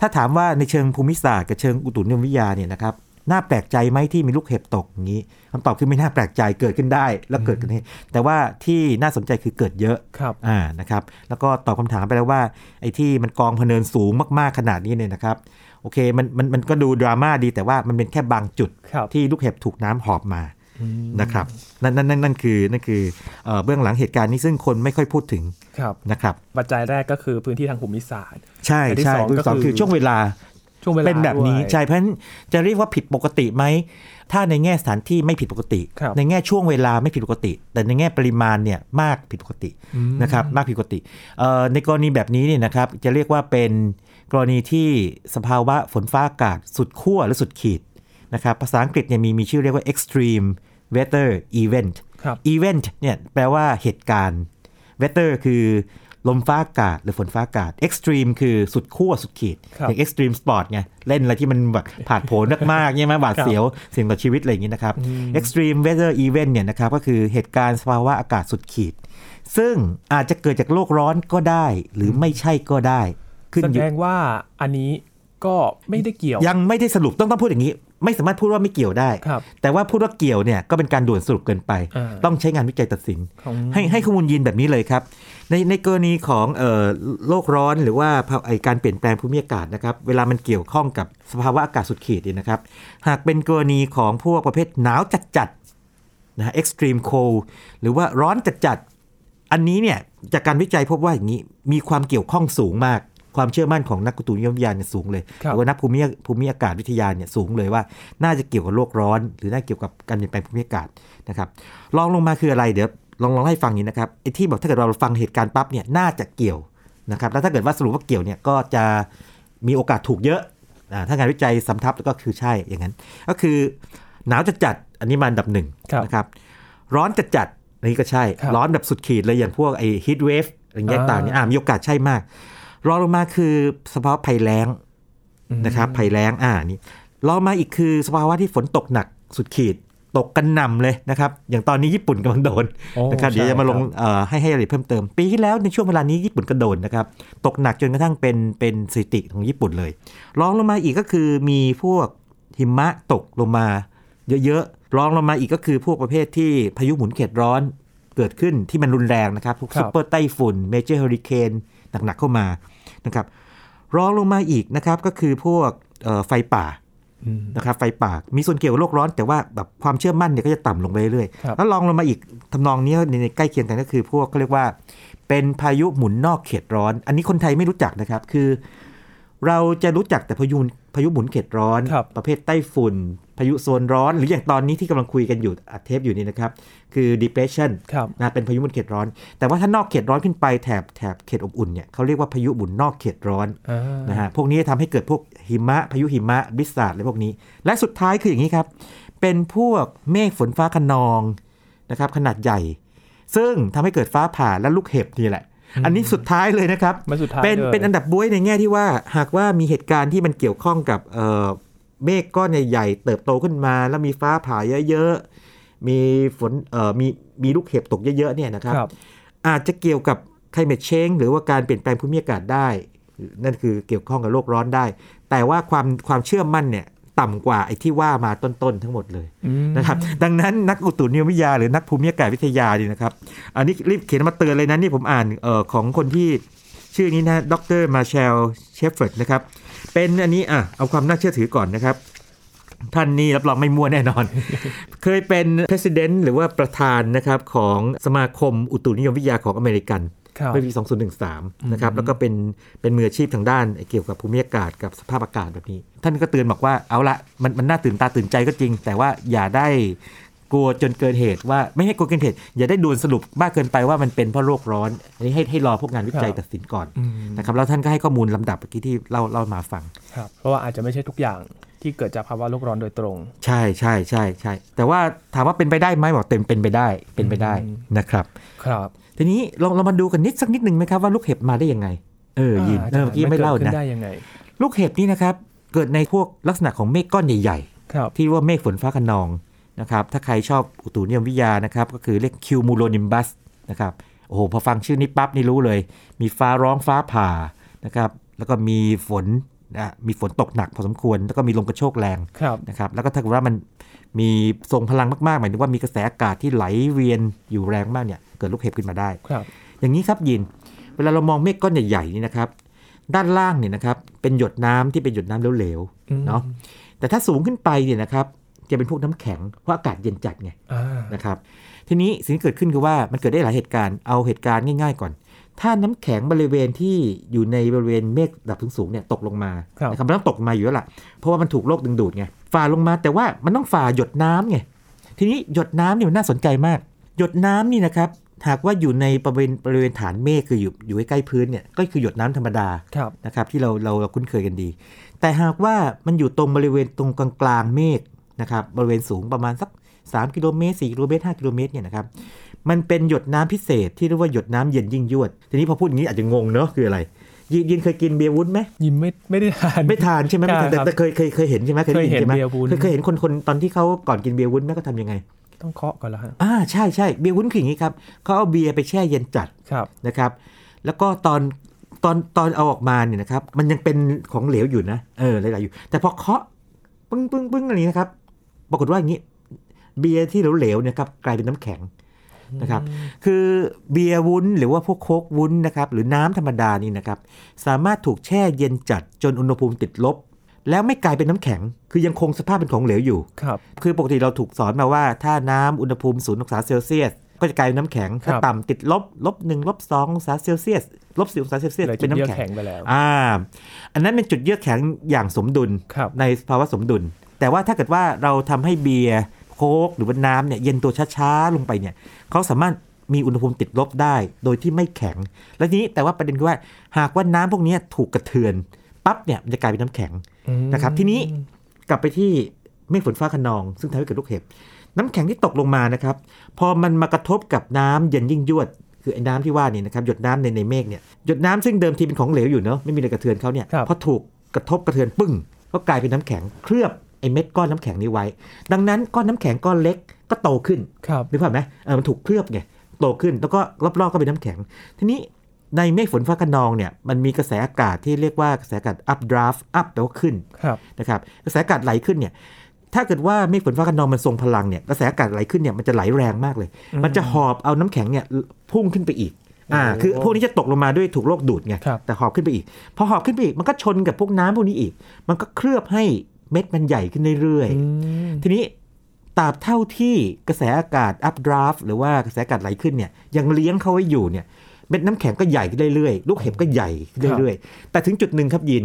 Speaker 2: ถ้าถามว่าในเชิงภูมิศาสตร์กับเชิงอุตุนิยมวิทยาเนี่ยนะครับน่าแปลกใจไหมที่มีลูกเห็บตกอย่างนี้คำตอบคือไม่น่าแปลกใจเกิดขึ้นได้แล้วเกิดขึ้นให้แต่ว่าที่น่าสนใจคือเกิดเยอะ
Speaker 1: ครับ
Speaker 2: อ่านะครับแล้วก็ตอบคำถามไปแล้วว่าไอ้ที่มันกองพะเนินสูงมากๆขนาดนี้เนี่ยนะครับโอเคมันมันมันก็ดูดราม่าดีแต่ว่ามันเป็นแค่บางจุด
Speaker 1: ครับ
Speaker 2: ที่ลูกเห็บถูกน้ำหอบมานะครับนั่นนั่นนั่นนั่นคือนั่นคือเอ่อเบื้องหลังเหตุการณ์นี้ซึ่งคนไม่ค่อยพูดถึง
Speaker 1: ครับ
Speaker 2: นะครับ
Speaker 1: ปัจจัยแรกก็คือพื้นที่ทางภูมิศาสตร์
Speaker 2: ใช่
Speaker 1: อันที่
Speaker 2: ใช่
Speaker 1: สอง
Speaker 2: คือ
Speaker 1: ก็
Speaker 2: สอง
Speaker 1: คื
Speaker 2: คือ อช่วงเวลา
Speaker 1: ช่วงเวลา
Speaker 2: เป็นแบบนี้
Speaker 1: ด้วย
Speaker 2: ใช่เพราะฉะนั้นจะเรียกว่าผิดปกติไหมถ้าในแง่สถานที่ไม่ผิดปกติ
Speaker 1: ครับ
Speaker 2: ในแง่ช่วงเวลาไม่ผิดปกติ แต่ในแง่ปริมาณเนี่ยมากผิดปกติ
Speaker 1: อืม
Speaker 2: นะครับมากผิดปกติเอ่อในกรณีแบบนี้เนี่ยนะครับจะเรียกว่าเป็นกรณีที่สภาวะฝนฟ้าอากาศสุดขั้วหรือสุดขีดนะครับภาษาอังกฤษเนี่ยมีมีชื่อเรียกว่า extreme weather event
Speaker 1: ครับ
Speaker 2: event เนี่ยแปลว่าเหตุการณ์ weather คือลมฟ้าอากาศหรือฝนฟ้าอากาศ extreme คือสุดขั้วสุดขีด
Speaker 1: ครับ
Speaker 2: อย่าง extreme sport ไงเล่นอะไรที่มัน แบบผาดโผนมากๆใช่ไหมหวาดเสียวเสี่ยงต่อชีวิตอะไรอย่างนี้นะครับ
Speaker 1: อืม
Speaker 2: extreme weather event เนี่ยนะครับก็คือเหตุการณ์สภาวะอากาศสุดขีด ซึ่งอาจจะเกิดจากโลกร้อนก็ได้ หรือไม่ใช่ก็ได้ ขึ้น
Speaker 1: แส
Speaker 2: อยู่
Speaker 1: ดงว่าอันนี้ก็ไม่ได้เกี่ยว
Speaker 2: ยังไม่ได้สรุปต้องต้องพูดอย่างนี้ ไม่สามารถพูดว่าไม่เกี่ยวได้
Speaker 1: ครับ
Speaker 2: แต่ว่าพูดว่าเกี่ยวเนี่ยก็เป็นการด่วนสรุปเกินไป
Speaker 1: อ่า
Speaker 2: ต้องใช้งานวิจัยตัดสิน
Speaker 1: ของ
Speaker 2: ให้ให้ข้อมูลยืนแบบนี้เลยครับ ในในกรณีของเอ่อโลกร้อนหรือว่าภาไอการเปลี่ยนแปลงภูมิอากาศนะครับ เวลามันเกี่ยวข้องกับสภาวะอากาศสุดขีดเนี่ยนะครับ หากเป็นกรณีของพวกประเภทหนาวจัดๆนะฮะ extreme cold หรือว่าร้อนจัดๆอันนี้เนี่ยจากการวิจัยพบว่าอย่างนี้มีความเกี่ยวข้องสูงมาก ความเชื่อมั่นของนักกุตุนิยมวิทยาเนี่ยสูงเลย
Speaker 1: ครับ
Speaker 2: หรือว่านักภูมิภูมิอากาศวิทยาเนี่ยสูงเลยว่า น่าจะเกี่ยวกับโลกร้อน หรือน่าเกี่ยวกับการเปลี่ยนแปลงภูมิอากาศนะครับ ลองลงมาคืออะไรเดี๋ยวลองลองให้ฟังอย่างนี้นะครับไอ้ที่แบบถ้าเกิดเราฟังเหตุการณ์ปั๊บเนี่ยน่าจะเกี่ยวนะครับแล้วถ้าเกิดว่าสรุปว่าเกี่ยวเนี่ยก็จะมีโอกาสถูกเยอะอ่าถ้างานวิจัยสำทับก็คือใช่อย่างนั้น ก็คือหนาวจัดจัดๆอันนี้มาอันดับหนึ่ง
Speaker 1: ครับ
Speaker 2: นะครับร้อนจัดจัดๆอันนี้ก็ใช่
Speaker 1: ครับ
Speaker 2: ร้อนแบบสุดขีดเลยอย่างพวกไอ้ฮีทเวฟอะไรเงี้ย
Speaker 1: อ่า
Speaker 2: ต่างเนี่ยอ่ามีโอกาสใช่มาก รองลงมาคือสภาวะภัยแล้ง นะครับภัยแล้งอ่านี่ลองมาอีกคือสภาวะที่ฝนตกหนักสุดขีด ตกกันหนำเลยนะครับ อย่างตอนนี้ญี่ปุ่นกำลังโดน
Speaker 1: โอ้
Speaker 2: นะครับเดี๋ยว
Speaker 1: ใช่
Speaker 2: จะมาลง
Speaker 1: ครับ
Speaker 2: เอ่อให้ให้รายละเอียดเพิ่มเติม ปีที่แล้วในช่วงเวลานี้ญี่ปุ่นก็โดนนะครับ ตกหนักจนกระทั่งเป็นเป็นสถิติของญี่ปุ่นเลย ลองลงมาอีกก็คือมีพวกหิมะตกลงมา เยอะๆรองลงมาอีกก็คือพวกประเภทที่พายุหมุนเขตร้อนเกิดขึ้นที่มันรุนแรงนะครับ พวก
Speaker 1: ครับ
Speaker 2: ซุปเปอร์ไต้ฝุ่นเมเจอร์เฮอริเคนหนักๆเข้ามานะครับรองลงมาอีกนะครับก็คือพวกเอ่อไฟป่า
Speaker 1: อืม
Speaker 2: นะครับไฟป่ามีส่วนเกี่ยวกับโลกร้อน แต่ว่าแบบความเชื่อมั่นเนี่ยก็จะต่ำลงไปเรื่อย
Speaker 1: ครับ
Speaker 2: ๆแล้วลองลงมาอีกทำนองนี้ในในใกล้เคียงกันก็คือพวกก็เรียกว่า เป็นพายุหมุนนอกเขตร้อน อันนี้คนไทยไม่รู้จักนะครับคือ เราจะรู้จักแต่พายุพายุหมุนเขตร้อน
Speaker 1: ครับ
Speaker 2: ประเภทไต้ฝุ่น พายุโซนร้อน หรืออย่างตอนนี้ที่กำลังคุยกันอยู่อัดเทปอยู่นี่นะครับคือ depression
Speaker 1: ครับ
Speaker 2: นะเป็นพายุหมุนเขตร้อน แต่ว่าถ้านอกเขตร้อนขึ้นไปแถบแถบเขตอบอุ่นเนี่ยเขาเรียกว่าพายุหมุนนอกเขตร้อน
Speaker 1: อ่า
Speaker 2: นะฮะพวกนี้จะทำให้เกิดพวกหิมะ พายุหิมะบิสซาร์ดอะไรพวกนี้ และสุดท้ายคืออย่างนี้ครับ เป็นพวกเมฆฝนฟ้าคะนองนะครับขนาดใหญ่ ซึ่งทำให้เกิดฟ้าผ่าและลูกเห็บนี่แหละ อันนี้สุดท้ายเลยนะครับ
Speaker 1: มาสุดท้าย
Speaker 2: เป็น
Speaker 1: ลย
Speaker 2: เป็นอันดับบ้วยในแง่ที่ว่าหากว่ามีเหตุการณ์ที่มันเกี่ยวข้องกับเอ่อเมฆก้อนใหญ่ๆเติบโตขึ้นมา แล้วมีฟ้าผ่าเยอะๆ มีฝนเอ่อมีมีลูกเห็บตกเยอะๆเนี่ยนะครับ อาจจะเกี่ยวกับ climate change หรือว่าการเปลี่ยนแปลงภูมิอากาศได้ นั่นคือเกี่ยวข้องกับโลกร้อนได้ แต่ว่าความความเชื่อมั่นเนี่ยต่ำกว่าไอ้ที่ว่ามาต้นๆทั้งหมดเลย
Speaker 1: อืม
Speaker 2: นะครับดังนั้นนักอุตุนิยมวิทยาหรือนักภูมิอากาศวิทยาดีนะครับ อันนี้รีบเขียนมาเตือนเลยนะนี่ผมอ่านเออของคนที่ชื่อนี้นะดรมาเชลเชฟเฟิร์ดนะครับเป็นอันนี้อ่ะเอาความน่าเชื่อถือก่อนนะครับ ท่านนี้รับรองไม่มั่วแน่ นอน เคยเป็น president หรือว่าประธานนะครับของสมาคมอุตุนิยมวิทยาของอเมริกัน
Speaker 1: ครับ
Speaker 2: เมื่อปี 2013 นะครับ แล้วก็เป็นเป็นมืออาชีพทางด้านเกี่ยวกับภูมิอากาศกับสภาพอากาศแบบนี้ ท่านก็เตือนบอกว่าเอาละมันมันน่าตื่นตาตื่นใจก็จริง แต่ว่าอย่าได้กลัวจนเกินเหตุว่าไม่ให้กลัวเกินเหตุ อย่าได้ด่วนสรุปมากเกินไปว่ามันเป็นเพราะโลกร้อน อันนี้ให้ให้รอพวกงานวิจัย
Speaker 1: ครับ
Speaker 2: ตัดสินก่อน
Speaker 1: อืม
Speaker 2: นะครับแล้วท่านก็ให้ข้อมูลลำดับเมื่อกี้ที่เล่าเล่ามาฟัง
Speaker 1: ครับ เพราะว่าอาจจะไม่ใช่ทุกอย่างที่เกิดจากภาวะโลกร้อนโดยตรง
Speaker 2: ใช่ใช่ใช่ใช่แต่ว่าถามว่าเป็นไปได้ไหมบอกเต็มเป็นไปได้เป็นไปได้
Speaker 1: อืม
Speaker 2: นะครับ
Speaker 1: ครับ
Speaker 2: ทีนี้ลองเรามาดูกันนิดสักนิดหนึ่งไหมครับว่าลูกเห็บมาได้ยังไง เออยินเออเมื่อกี้ไม่เล่า
Speaker 1: กิดขึ้
Speaker 2: นะ
Speaker 1: นได้ยังไง
Speaker 2: ลูกเห็บนี่นะครับ เกิดในพวกลักษณะของเมฆก้อนใหญ่
Speaker 1: ครับ
Speaker 2: ๆ ที่เรียกว่าเมฆฝนฟ้าคะนองนะครับ ถ้าใครชอบอุตุนิยมวิทยานะครับ ก็คือเรียกคิวมูโลนิมบัสนะครับโอ้โหพอฟังชื่อนี้ปั๊บนี่รู้เลย มีฟ้าร้องฟ้าผ่านะครับแล้วก็มีฝนนะมีฝนตกหนักพอสมควรแล้วก็มีลมกระโชกแรง
Speaker 1: ครับ
Speaker 2: นะครับแล้วก็ถ้าเกิดว่ามันมีทรงพลังมากๆหมายถึงว่ามีกระแสอากาศที่ไหลเวียนอยู่แรงมากเนี่ยเกิดลูกเห็บขึ้นมาได้
Speaker 1: ครับ
Speaker 2: อย่างนี้ครับยิน เวลาเรามองเมฆก้อนใหญ่ๆนี่นะครับ ด้านล่างเนี่ยนะครับเป็นหยดน้ำที่เป็นหยดน้ำเหลว
Speaker 1: อืม
Speaker 2: ๆเนาะแต่ถ้าสูงขึ้นไปเนี่ยนะครับจะเป็นพวกน้ำแข็งเพราะอากาศเย็นจัดไง
Speaker 1: อ่า
Speaker 2: นะครับทีนี้สิ่งที่เกิดขึ้นคือว่ามันเกิดได้หลายเหตุการณ์เอาเหตุการณ์ง่ายๆก่อน ถ้าน้ำแข็งบริเวณที่อยู่ในบริเวณเมฆระดับสูงๆเนี่ยตกลงมา
Speaker 1: ครับ
Speaker 2: นะครับมันต้องตกมาอยู่แล้วล่ะ เพราะว่ามันถูกโลกดึงดูดไง ฝ่าลงมาแต่ว่ามันต้องฝ่าหยดน้ำไง ทีนี้หยดน้ำเนี่ยมันน่าสนใจมาก หยดน้ำนี่นะครับ หากว่าอยู่ในบริเวณบริเวณฐานเมฆคืออยู่อยู่ใกล้ๆพื้นเนี่ย ก็คือหยดน้ำธรรมดา
Speaker 1: ครับ
Speaker 2: นะครับที่เราเราเราคุ้นเคยกันดี แต่หากว่ามันอยู่ตรงบริเวณตรงกลางกลางๆเมฆนะครับบริเวณสูงประมาณสัก 3 กิโลเมตร4กิโลเมตร 5 กิโลเมตรเนี่ยนะครับมันเป็นหยดน้ำพิเศษที่เรียกว่าหยดน้ำเย็นยิ่งยวด ทีนี้พอพูดอย่างนี้อาจจะงงเนอะคืออะไรยินยินเคยกินเบียร์วุ้นไหม
Speaker 1: ยิมไม่ไม่ได้ทาน
Speaker 2: ไม่ทานใช่ไหม
Speaker 1: ใช่
Speaker 2: ไม่ทานแต่
Speaker 1: ครับ
Speaker 2: แต่เคยเคยเคยเห็นใช่ไหมเคยได้ยินใช่ไหม
Speaker 1: เคยเห็นเบียร์วุ้น
Speaker 2: เคยเคยเห็นคนคนตอนที่เขาก่อนกินเบียร์วุ้นแม่ก็ทำยังไง
Speaker 1: ต้องเคาะก่อนละฮะ
Speaker 2: อ่าใช่ใช่เบียร์วุ้นคืออย่างนี้ครับเขาเอาเบียร์ไปแช่เย็นจัด
Speaker 1: ครับ
Speaker 2: นะครับแล้วก็ตอนตอนตอนเอาออกมาเนี่ยนะครับมันยังเป็นของเหลวอยู่นะเออหลายๆอยู่ แต่พอเคาะปึ้งปึ้งปึ้งอะไรนี้นะครับปรากฏว่าอย่างนี้เบียร์ที่เหลวๆเนี่ยครับกลายเป็นน้ำแข็งนะครับคือเบียร์วุ้นหรือว่าพวกโค้กวุ้นนะครับหรือน้ำธรรมดานี่นะครับสามารถถูกแช่เย็นจัดจนอุณหภูมิติดลบ แล้วไม่กลายเป็นน้ำแข็ง คือยังคงสภาพเป็นของเหลวอยู่
Speaker 1: ครับ
Speaker 2: คือปกติเราถูกสอนมาว่าถ้าน้ำอุณหภูมิ0องศาเซลเซียส ก็จะกลายเป็นน้ำแข็ง
Speaker 1: ครั
Speaker 2: ถ้า
Speaker 1: บ
Speaker 2: ต่ำติดลบลบหนึ่งลบสององศาเซลเซียสลบสี่องศาเซลเซียส
Speaker 1: เลย
Speaker 2: เป็
Speaker 1: จะ
Speaker 2: น
Speaker 1: เยื่อ
Speaker 2: น้ำแข็
Speaker 1: แข็
Speaker 2: ง
Speaker 1: งไปแล้ว
Speaker 2: อ่าอันนั้นเป็นจุดเยือกแข็งอย่างสมดุล
Speaker 1: ครับ
Speaker 2: ในภาวะสมดุล แต่ว่าถ้าเกิดว่าเราทำให้เบียร์โค้กหรือว่าน้ำเนี่ยเย็นตัวช้าๆ ลงไปเนี่ยเขาสามารถมีอุณหภูมิติดลบได้ โดยที่ไม่แข็ง และทีนี้แต่ว่าประเด็นคือว่าหากว่าน้ำพวกเนี้ยถูกกระเทือนปั๊บเนี่ยมันจะกลายเป็นน้ำแข็ง
Speaker 1: อืม
Speaker 2: นะครับทีนี้กลับไปที่เมฆฝนฟ้าคะนอง ซึ่งทำให้เกิดลูกเห็บ น้ำแข็งที่ตกลงมานะครับ พอมันมากระทบกับน้ำเย็นยิ่งยวด คือไอ้น้ำที่ว่านี่นะครับหยดน้ำในในเมฆเนี่ยหยดน้ำซึ่งเดิมทีเป็นของเหลวอยู่เนาะไม่มีอะไรกระเทือนเขาเนี่ย
Speaker 1: ครับ
Speaker 2: พอถูกกระทบกระเทือนปึ้งก็กลายเป็นน้ำแข็งเคลือบไอ้เม็ดก้อนน้ำแข็งนี้ไว้ ดังนั้นก้อนน้ำแข็งก้อนเล็กก็โตขึ้น
Speaker 1: ครับ
Speaker 2: นึกภาพไหมเออมันถูกเคลือบไง โตขึ้น แล้วก็รอบๆก็เป็นน้ำแข็ง ทีนี้ในเมฆฝนฟ้าคะนองเนี่ย มันมีกระแสอากาศที่เรียกว่ากระแสอากาศ updraft up แปลว่าขึ้น
Speaker 1: ครับ
Speaker 2: นะครับ กระแสอากาศไหลขึ้นเนี่ย ถ้าเกิดว่าเมฆฝนฟ้าคะนองมันทรงพลังเนี่ยกระแสอากาศไหลขึ้นเนี่ยมันจะไหลแรงมากเลย มันจะหอบเอาน้ำแข็งเนี่ยพุ่งขึ้นไปอีกอ่า
Speaker 1: โอ้โห
Speaker 2: คือพวกนี้จะตกลงมาด้วยถูกโลกดูดไง
Speaker 1: ครับ
Speaker 2: แต่หอบขึ้นไปอีก พอหอบขึ้นไปอีกมันก็ชนกับพวกน้ำพวกนี้อีก มันก็เคลือบให้เม็ดมันใหญ่ขึ้นเรื่อย
Speaker 1: อื
Speaker 2: ๆ
Speaker 1: ม
Speaker 2: ทีนี้ตราบเท่าที่กระแสอากาศอั d ดราฟหรือว่ากระแสอากาศไหลขึ้นเนี่ยยังเลี้ยงเขาไว้อยู่เนี่ยเม็ดน้ำแข็งก็ใหญ่ขึ้นเรื่อยๆ ลูกเห็บก็ใหญ่ขึ้นเรื่อยๆ แต่ถึงจุดหนึ่งครับยิน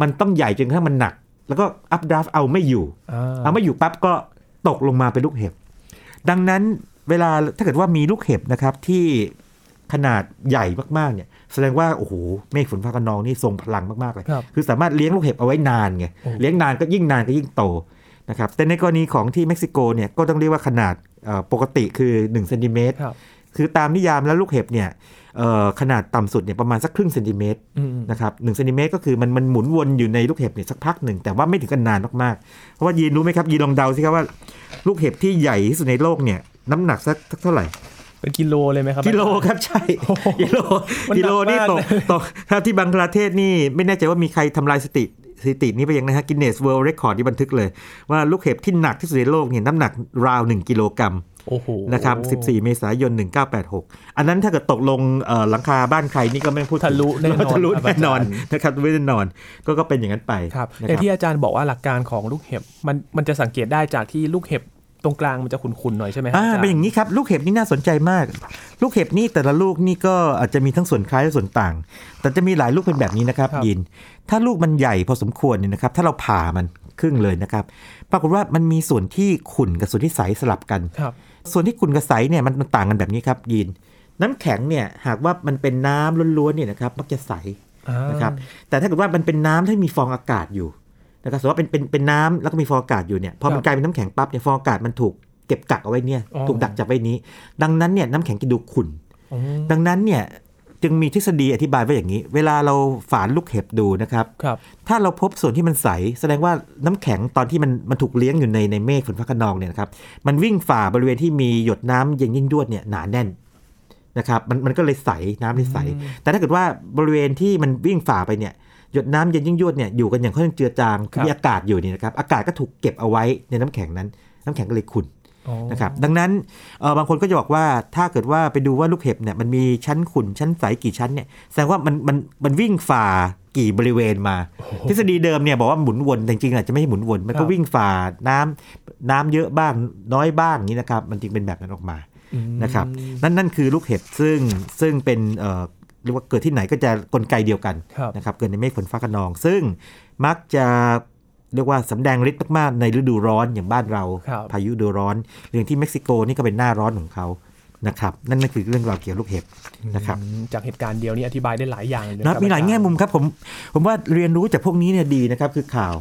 Speaker 2: มันต้องใหญ่จนกระทั่งมันหนัก แล้วก็อั d ดราฟเอาไม่อยู่ เอาไม่อยู่ปั๊บก็ตกลงมาเป็นลูกเห็บ ดังนั้นเวลาถ้าเกิดว่ามีลูกเห็บนะครับที่ขนาดใหญ่มากๆเนี่ยแสดงว่าโอ้โหเมฆฝนฟ้าคะนองนี่ทรงพลังมากๆเลย
Speaker 1: ครับ
Speaker 2: อสามารถเลี้ยงลูกเห็บเอาไว้นานไง
Speaker 1: โอ้
Speaker 2: เลี้ยงนานก็ยิ่งนานก็ยิ่งโตนะครับแต่ในกรณีของที่เม็กซิโกเนี่ยก็ต้องเรียกว่าขนาดเอ่อปกติคือ1เซนติเมตร
Speaker 1: ครับ
Speaker 2: คือตามนิยามแล้วลูกเห็บเนี่ยเอ่อขนาดต่ำสุดเนี่ยประมาณสักครึ่งเซนติเมตร
Speaker 1: อืม
Speaker 2: นะครับหนึ่งเซนติเมตรก็คือมันมันหมุนวนอยู่ในลูกเห็บเนี่ยสักพักหนึ่งแต่ว่าไม่ถึงกันนานมากๆเพราะว่ายีนรู้ไหมครับยีนลองเดาสิครับว่าลูกเห็บที่ใหญ่ที่สุดในโลกเนี่ยน้ำหนักสักสักเท่าไหร่
Speaker 1: เป็นกิโลเลยไหมครับ
Speaker 2: กิโลครับ ใช่
Speaker 1: โอ้โห
Speaker 2: กิโล
Speaker 1: มัน
Speaker 2: กิโล
Speaker 1: หนักมาก
Speaker 2: นี่ตกตกถ้าที่บังคลาเทศนี่ไม่แน่ใจว่ามีใครทำลายสถิติสถิตินี้ไปยังนะฮะกินเนสเวิลด์เรคคอร์ดที่บันทึกเลย ว่าลูกเห็บที่หนักที่สุดในโลกเนี่ยน้ำหนักราว 1 กิโลกรัม
Speaker 1: โอ้โห
Speaker 2: นะครับ 14 เมษายน 1986 อันนั้นถ้าเกิดตกลงเอ่อหลังคาบ้านใครนี่ก็ไม่พูดถึง
Speaker 1: ทะลุแน่นอน
Speaker 2: ทะลุ
Speaker 1: ครับ
Speaker 2: แน่นอน
Speaker 1: อาจารย์
Speaker 2: นะครับไม่แน่นอนก็ก็เป็นอย่างนั้นไป
Speaker 1: ครับ
Speaker 2: นะ
Speaker 1: อย่างที่อาจารย์บอกว่าหลักการของลูกเห็บมันมันจะสังเกตได้จากที่ลูกเห็บตรงกลางมันจะขุ่นๆหน่อยใช่ไหมครับ
Speaker 2: อ่า
Speaker 1: อาจารย์
Speaker 2: เป็นอย่างนี้ครับ ลูกเห็บนี่น่าสนใจมาก ลูกเห็บนี่แต่ละลูกนี่ก็อาจจะมีทั้งส่วนคล้ายและส่วนต่าง แต่จะมีหลายลูกเป็นแบบนี้นะครับยิน ถ้าลูกมันใหญ่พอสมควรเนี่ยนะครับ ถ้าเราผ่ามันครึ่งเลยนะครับ ปรากฏว่ามันมีส่วนที่ขุ่นกับส่วนที่ใสสลับกัน
Speaker 1: ครับ
Speaker 2: ส่วนที่คุณกระใสเนี่ยมันมันต่างกันแบบนี้ครับยีน น้ำแข็งเนี่ยหากว่ามันเป็นน้ำล้วนๆเนี่ยนะครับมักจะใสนะครับแต่ถ้าเกิดว่ามันเป็นน้ำที่มีฟองอากาศอยู่นะครับสมมติว่าเป็นเป็นเป็นน้ำแล้วก็มีฟองอากาศอยู่เนี่ยพอ
Speaker 1: ครั
Speaker 2: มัน
Speaker 1: บ
Speaker 2: กลายเป็นน้ำแข็งปั๊บเนี่ยฟองอากาศมันถูกเก็บกักเอาไว้เนี่ย
Speaker 1: อ๋อ
Speaker 2: ถูกดักจับไว้นี้ ดังนั้นเนี่ยน้ำแข็งจะดูขุ่น
Speaker 1: อืม
Speaker 2: ดังนั้นเนี่ยจึงมีทฤษฎีอธิบายไว้อย่างนี้ เวลาเราฝานลูกเห็บดูนะครับ
Speaker 1: ครับ
Speaker 2: ถ้าเราพบส่วนที่มันใส แสดงว่าน้ำแข็งตอนที่มันมันถูกเลี้ยงอยู่ในในเมฆฝนฟ้าคะนองเนี่ยนะครับมันวิ่งฝ่าบริเวณที่มีหยดน้ำเย็นยิ่งยวดเนี่ยหนาแน่นนะครับมันมันก็เลยใสน้ำเลยใส
Speaker 1: อืม
Speaker 2: แต่ถ้าเกิดว่าบริเวณที่มันวิ่งฝ่าไปเนี่ยหยดน้ำเย็นยิ่งยวดเนี่ยอยู่กันอย่างค่อนข้างเจือจางคือมีอากาศอยู่เนี่ยนะครับอากาศก็ถูกเก็บเอาไว้ในน้ำแข็งนั้น น้ำแข็งก็เลยขุ่น
Speaker 1: อ๋อ
Speaker 2: นะครับดังนั้นเอ่อบางคนก็จะบอกว่าถ้าเกิดว่าไปดูว่าลูกเห็บเนี่ยมันมีชั้นขุ่นชั้นใสกี่ชั้นเนี่ยแสดงว่ามันมันมันวิ่งฝ่ากี่บริเวณมา ทฤษฎีเดิมเนี่ยบอกว่าหมุนวนแต่จริงๆอาจจะไม่ใช่หมุนวนมัน
Speaker 1: ค
Speaker 2: ก็
Speaker 1: รับ
Speaker 2: วิ่งฝ่าน้ำน้ำเยอะบ้างน้อยบ้างอย่างนี้นะครับมันจึงเป็นแบบนั้นออกมา
Speaker 1: อืม
Speaker 2: นะครับนั่นนั่นคือลูกเห็บซึ่งซึ่งเป็นเอ่อเรียกว่าเกิดที่ไหนก็จะกลไกเดียวกัน
Speaker 1: ครับ
Speaker 2: นะครับเกิดในเมฆฝนฟ้าคะนอง ซึ่งมักจะเรียกว่าสำแดงฤทธิ์มากๆในฤดูร้อนอย่างบ้านเรา
Speaker 1: ครับ
Speaker 2: พายุดูร้อนเรื่องที่เม็กซิโกนี่ก็เป็นหน้าร้อนของเขานะครับ นั่นก็คือเรื่องราวเกี่ยวกับลูกเห็บนะครับ
Speaker 1: อืมจากเหตุการณ์เดียวนี้อธิบายได้หลายอย่างเลย
Speaker 2: นะมีหลาย
Speaker 1: อจร
Speaker 2: แง่มุมครับผมผมว่าเรียนรู้จากพวกนี้เนี่ยดีนะครับคือข่าว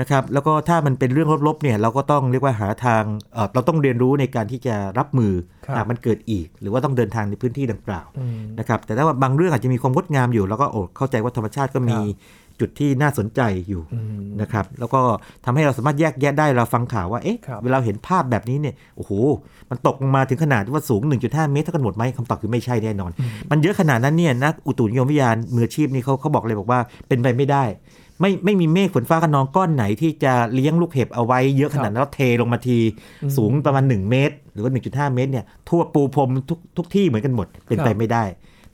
Speaker 2: นะครับ แล้วก็ถ้ามันเป็นเรื่องลบๆเนี่ยเราก็ต้องเรียกว่าหาทางเอ่อเราต้องเรียนรู้ในการที่จะรับมือหากมันเกิดอีก หรือว่าต้องเดินทางในพื้นที่ดังกล่าว
Speaker 1: อืม
Speaker 2: นะครับแต่ถ้าว่าบางเรื่องอาจจะมีความงดงามอยู่ แล้วก็โอดเข้าใจว่าธรรมชาติก็
Speaker 1: ค
Speaker 2: มี
Speaker 1: รับ
Speaker 2: จุดที่น่าสนใจอยู่
Speaker 1: อืม
Speaker 2: นะครับแล้วก็ทำให้เราสามารถแยกแยะได้เราฟังข่าวว่าเอ๊ะ
Speaker 1: ครับ
Speaker 2: เวลาเห็นภาพแบบนี้เนี่ยโอ้โหมันตกลงมาถึงขนาดว่าสูง 1.5 เมตรเท่ากันหมดไหมคำตอบคือไม่ใช่แน่นอน มันเยอะขนาดนั้นเนี่ยนักอุตุนิยมวิทยามืออาชีพนี่เขาเขาบอกเลยบอกว่าเป็นไปไม่ได้ ไม่ไม่มีเมฆฝนฟ้าคะนองก้อนไหนที่จะเลี้ยงลูกเห็บเอาไว้เยอะขนาดนั้นแล้วเทลงมาทีสูงประมาณ 1 เมตร หรือว่า 1.5 เมตรเนี่ยทั่วปูพรมทุกทุกที่เหมือนกันหมดเป็นไปไม่ได้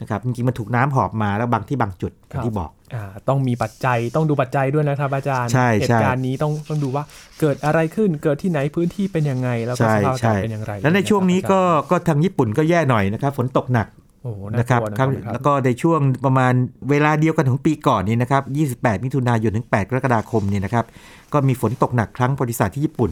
Speaker 2: นะครับจริงๆมันถูกน้ำหอบมาแล้วบางที่บางจุดอย่างที่บอก
Speaker 1: อ่าต้องมีปัจจัยต้องดูปัจจัยด้วยนะครับอาจารย์
Speaker 2: ใช่
Speaker 1: เห
Speaker 2: ใช่
Speaker 1: ตุการณ์นี้ต้องต้องดูว่าเกิดอะไรขึ้นเกิดที่ไหนพื้นที่เป็นยังไง แล้วก็สภาพอากาศเป็นอย่างไร
Speaker 2: แล้วในช่วงนี้ก็ก็ทางญี่ปุ่นก็แย่หน่อยนะครับ ฝนตกหนัก
Speaker 1: โอ้โห
Speaker 2: นะ
Speaker 1: นะ
Speaker 2: ค
Speaker 1: ค
Speaker 2: รั
Speaker 1: รั
Speaker 2: บบ ครั้ง
Speaker 1: นะค
Speaker 2: แล้
Speaker 1: รับ
Speaker 2: วก็ในช่วงประมาณเวลาเดียวกันของปีก่อนนี้นะครับ 28 มิถุนายนถึง 8 กรกฎาคมเนี่ยนะครับ ก็มีฝนตกหนักครั้งประวัติศาสตร์ที่ญี่ปุ่น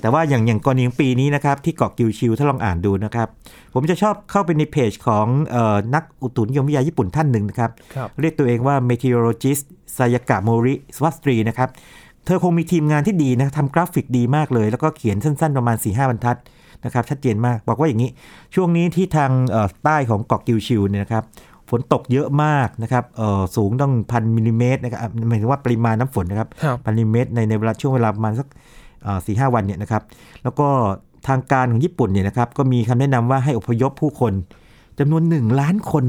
Speaker 2: แต่ว่าอย่างอย่างกรณีของปีนี้นะครับ ที่เกาะกิวชิวถ้าลองอ่านดูนะครับ ผมจะชอบเข้าไปในเพจของเอ่อนักอุตุนิยมวิทยาญี่ปุ่นท่านหนึ่งนะครับ
Speaker 1: ครับ
Speaker 2: เรียกตัวเองว่า meteorologist ซายากะโมริสวัสตรีนะครับ เธอคงมีทีมงานที่ดีนะทำกราฟิกดีมากเลย แล้วก็เขียนสั้นๆ ประมาณ 4-5 บรรทัดนะครับ ชัดเจนมาก บอกว่าอย่างนี้ ช่วงนี้ที่ทางเอ่อใต้ของเกาะกิวชิวเนี่ยนะครับ ฝนตกเยอะมากนะครับเอ่อสูงต้องพันมิลลิเมตรนะครับอ่ะหมายถึงว่าปริมาณน้ำฝนนะครับ
Speaker 1: ครับ
Speaker 2: พันมิลลิเมตรในในเวลาช่วงเวลาประมาณสักสี่ห้าวันเนี่ยนะครับ แล้วก็ทางการของญี่ปุ่นเนี่ยนะครับก็มีคำแนะนำว่าให้อพยพผู้คนจำนวน 1 ล้านคน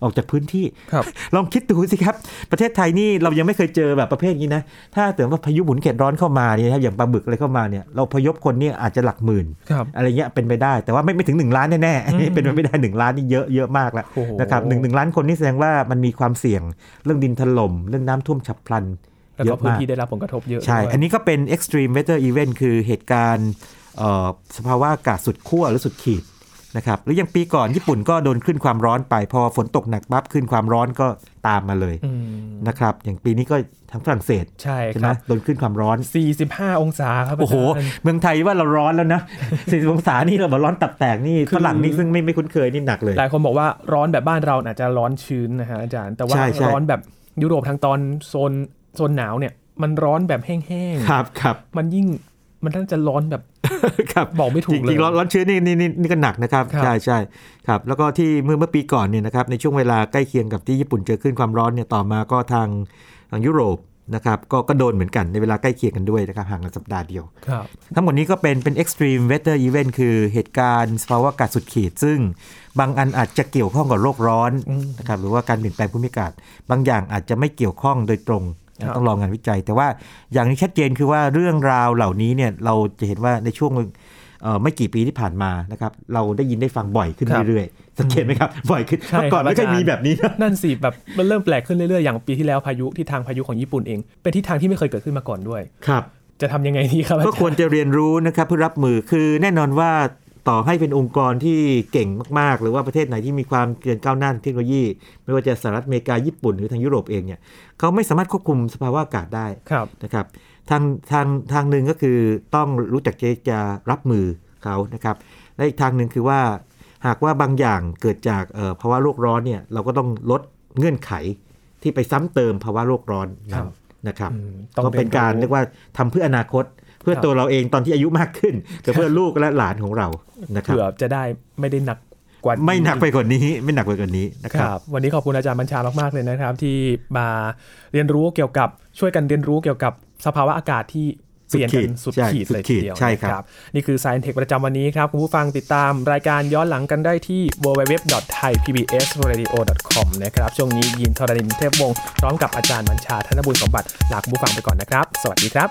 Speaker 2: อ ออกจากพื้นที่
Speaker 1: ครับ
Speaker 2: ลองคิดดูสิครับ ประเทศไทยนี่เรายังไม่เคยเจอแบบประเภทนี้นะ ถ้าเกิดว่าพายุหมุนเขตร้อนเข้ามาเนี่ยนะครับอย่างปลาบึกอะไรเข้ามาเนี่ยเราพยพคนเนี่ยอาจจะหลักหมื่น
Speaker 1: ครับ
Speaker 2: อะไรเงี้ยเป็นไปได้ แต่ว่าไม่ไม่ถึง 1 ล้านแน่ๆอันนี้
Speaker 1: อืม
Speaker 2: เป็นไปไม่ได้ 1 ล้านนี่เยอะเยอะมากแล้ว
Speaker 1: โอ้โห
Speaker 2: นะครับหนึ่งหนึ่งล้านคนนี่แสดงว่ามันมีความเสี่ยงเรื่องดินถล่มเรื่องน้ำท่วมฉับพลัน
Speaker 1: แล้ว
Speaker 2: เย
Speaker 1: ก็
Speaker 2: อะมาก
Speaker 1: พื้นที่ได้รับผลกระทบเยอะ
Speaker 2: ใช่
Speaker 1: ด้วย
Speaker 2: อันนี้ก็เป็น extreme weather event คือเหตุการณ์เอ่อสภาวะอากาศสุดขั้วหรือสุดขีดนะครับหรืออย่างปีก่อนญี่ปุ่นก็โดนขึ้นความร้อนไป พอฝนตกหนักปั๊บขึ้นความร้อนก็ตามมาเลย
Speaker 1: อืม
Speaker 2: นะครับ อย่างปีนี้ก็ทางฝรั่งเศส
Speaker 1: ใช่
Speaker 2: ใช่
Speaker 1: ค
Speaker 2: ไหม
Speaker 1: รับ
Speaker 2: โดนขึ้นความร้อน
Speaker 1: 45 องศาครับ
Speaker 2: โอ้โห
Speaker 1: าจารย์
Speaker 2: เมืองไทยว่าเราร้อนแล้วนะ 40 องศานี่เราบอกร้อนตับแตกนี่
Speaker 1: คือ
Speaker 2: ฝรั่งนี่ซึ่งไม่ไม่คุ้นเคยนี่หนักเลย
Speaker 1: หลายคนบอกว่าร้อนแบบบ้านเราอาจจะร้อนชื้นนะฮะอาจารย์ แต่ว่า
Speaker 2: ใช่ใช่
Speaker 1: ร้อนแบบยุโรปทางตอนโซนโซนหนาวเนี่ย มันร้อนแบบแห้ง
Speaker 2: ครับครับ
Speaker 1: ๆ มันยิ่งมันน่าจะร้อนแบบ
Speaker 2: ครับ
Speaker 1: บอกไม่ถู
Speaker 2: จ
Speaker 1: กเลย
Speaker 2: ริงๆร้อนร้อนชื้นนี่นี่นี่นี่ก็หนักนะครับ
Speaker 1: ครับ
Speaker 2: ใช่ใช่ครับ แล้วก็ที่เมื่อเมื่อปีก่อนเนี่ยนะครับในช่วงเวลาใกล้เคียงกับที่ญี่ปุ่นเจอขึ้นความร้อนเนี่ยต่อมาก็ทางทางยุโรปนะครับก็ก็โดนเหมือนกันในเวลาใกล้เคียงกันด้วยนะครับห่างกันสัปดาห์เดียว
Speaker 1: ครับ
Speaker 2: ทั้งหมดนี้ก็เป็นเป็น extreme weather event คือเหตุการณ์สภาวะอากาศสุดขีด ซึ่งบางอันอาจจะเกี่ยวข้องกับโลกร้อน
Speaker 1: อืม
Speaker 2: นะครับหรือว่าการเปลี่ยนแปลงภูมิอากาศ บางอย่างอาจจะไม่เกี่ยวข้องโดยตรง
Speaker 1: ครับ
Speaker 2: ต้องรองงานวิจัย แต่ว่าอย่างที่ชัดเจนคือว่าเรื่องราวเหล่านี้เนี่ยเราจะเห็นว่าในช่วงเอ่อไม่กี่ปีที่ผ่านมานะครับเราได้ยินได้ฟังบ่อยขึ้นเรื่อยๆสังเกตไหมครับบ่อยขึ้น
Speaker 1: ใช่
Speaker 2: เมื่อก่อน
Speaker 1: ครับ
Speaker 2: ไม่เคย
Speaker 1: อาจารย์
Speaker 2: มีแบบนี้นะ
Speaker 1: นั่นสิแบบมันเริ่มแปลกขึ้นเรื่อยๆ อย่างปีที่แล้วพายุที่ทางพายุของญี่ปุ่นเอง เป็นทิศทางที่ไม่เคยเกิดขึ้นมาก่อนด้วย
Speaker 2: ครับ
Speaker 1: จะทำยังไงดีครับอาจา
Speaker 2: ก็
Speaker 1: รย์
Speaker 2: ควรจะเรียนรู้นะครับเพื่อรับมือคือแน่นอนว่าต่อให้เป็นองค์กรที่เก่งมาก ๆ หรือว่าประเทศไหนที่มีความเจริญก้าวหน้าทางเทคโนโลยี ไม่ว่าจะสหรัฐอเมริกาญี่ปุ่นหรือทางยุโรปเองเนี่ยเขาไม่สามารถควบคุมสภาวะอากาศได้
Speaker 1: ครับ
Speaker 2: นะครับทางทางทางหนึ่งก็คือต้องรู้จักจะจะรับมือเขานะครับและอีกทางหนึ่งคือว่า หากว่าบางอย่างเกิดจากเอ่อภาวะโลกร้อนเนี่ยเราก็ต้องลดเงื่อนไขที่ไปซ้ำเติมภาวะโลกร้อน
Speaker 1: ครั
Speaker 2: นั้น
Speaker 1: บ
Speaker 2: นะครับ
Speaker 1: อืม
Speaker 2: ก็เป็นการเรียกว่าทำเพื่ออนาคต เพื่อตัวเราเองตอนที่อายุมากขึ้นกับเพื่อลูกและหลานของเรานะครับ
Speaker 1: เผื่อจะได้ไม่ได้หนักกว่า
Speaker 2: ไม่หนักไปกว่านี้ไม่หนักไปกว่านี้นะ
Speaker 1: ค
Speaker 2: ครับ
Speaker 1: รับวันนี้ขอบคุณอาจารย์บัญชามาก ๆ เลยนะครับ ที่มาเรียนรู้เกี่ยวกับช่วยกันเรียนรู้เกี่ยวกับสภาวะอากาศที่เปลี่ยนกัน
Speaker 2: สุ
Speaker 1: สุด
Speaker 2: ดขี
Speaker 1: ขี
Speaker 2: ด
Speaker 1: ดเลย
Speaker 2: ใช่
Speaker 1: ทีเดียว
Speaker 2: ใช่ครับ
Speaker 1: นะนี่คือ Science Tech ประจำวันนี้ครับ คุณผู้ฟังติดตามรายการย้อนหลังกันได้ที่ www.thaipbsradio.com นะครับ ช่วงนี้ยินทรณินเทพวงศ์พร้อมกับอาจารย์บัญชาธนบุญสมบัติลาคุณผู้ฟังไปก่อนนะครับ สวัสดีครับ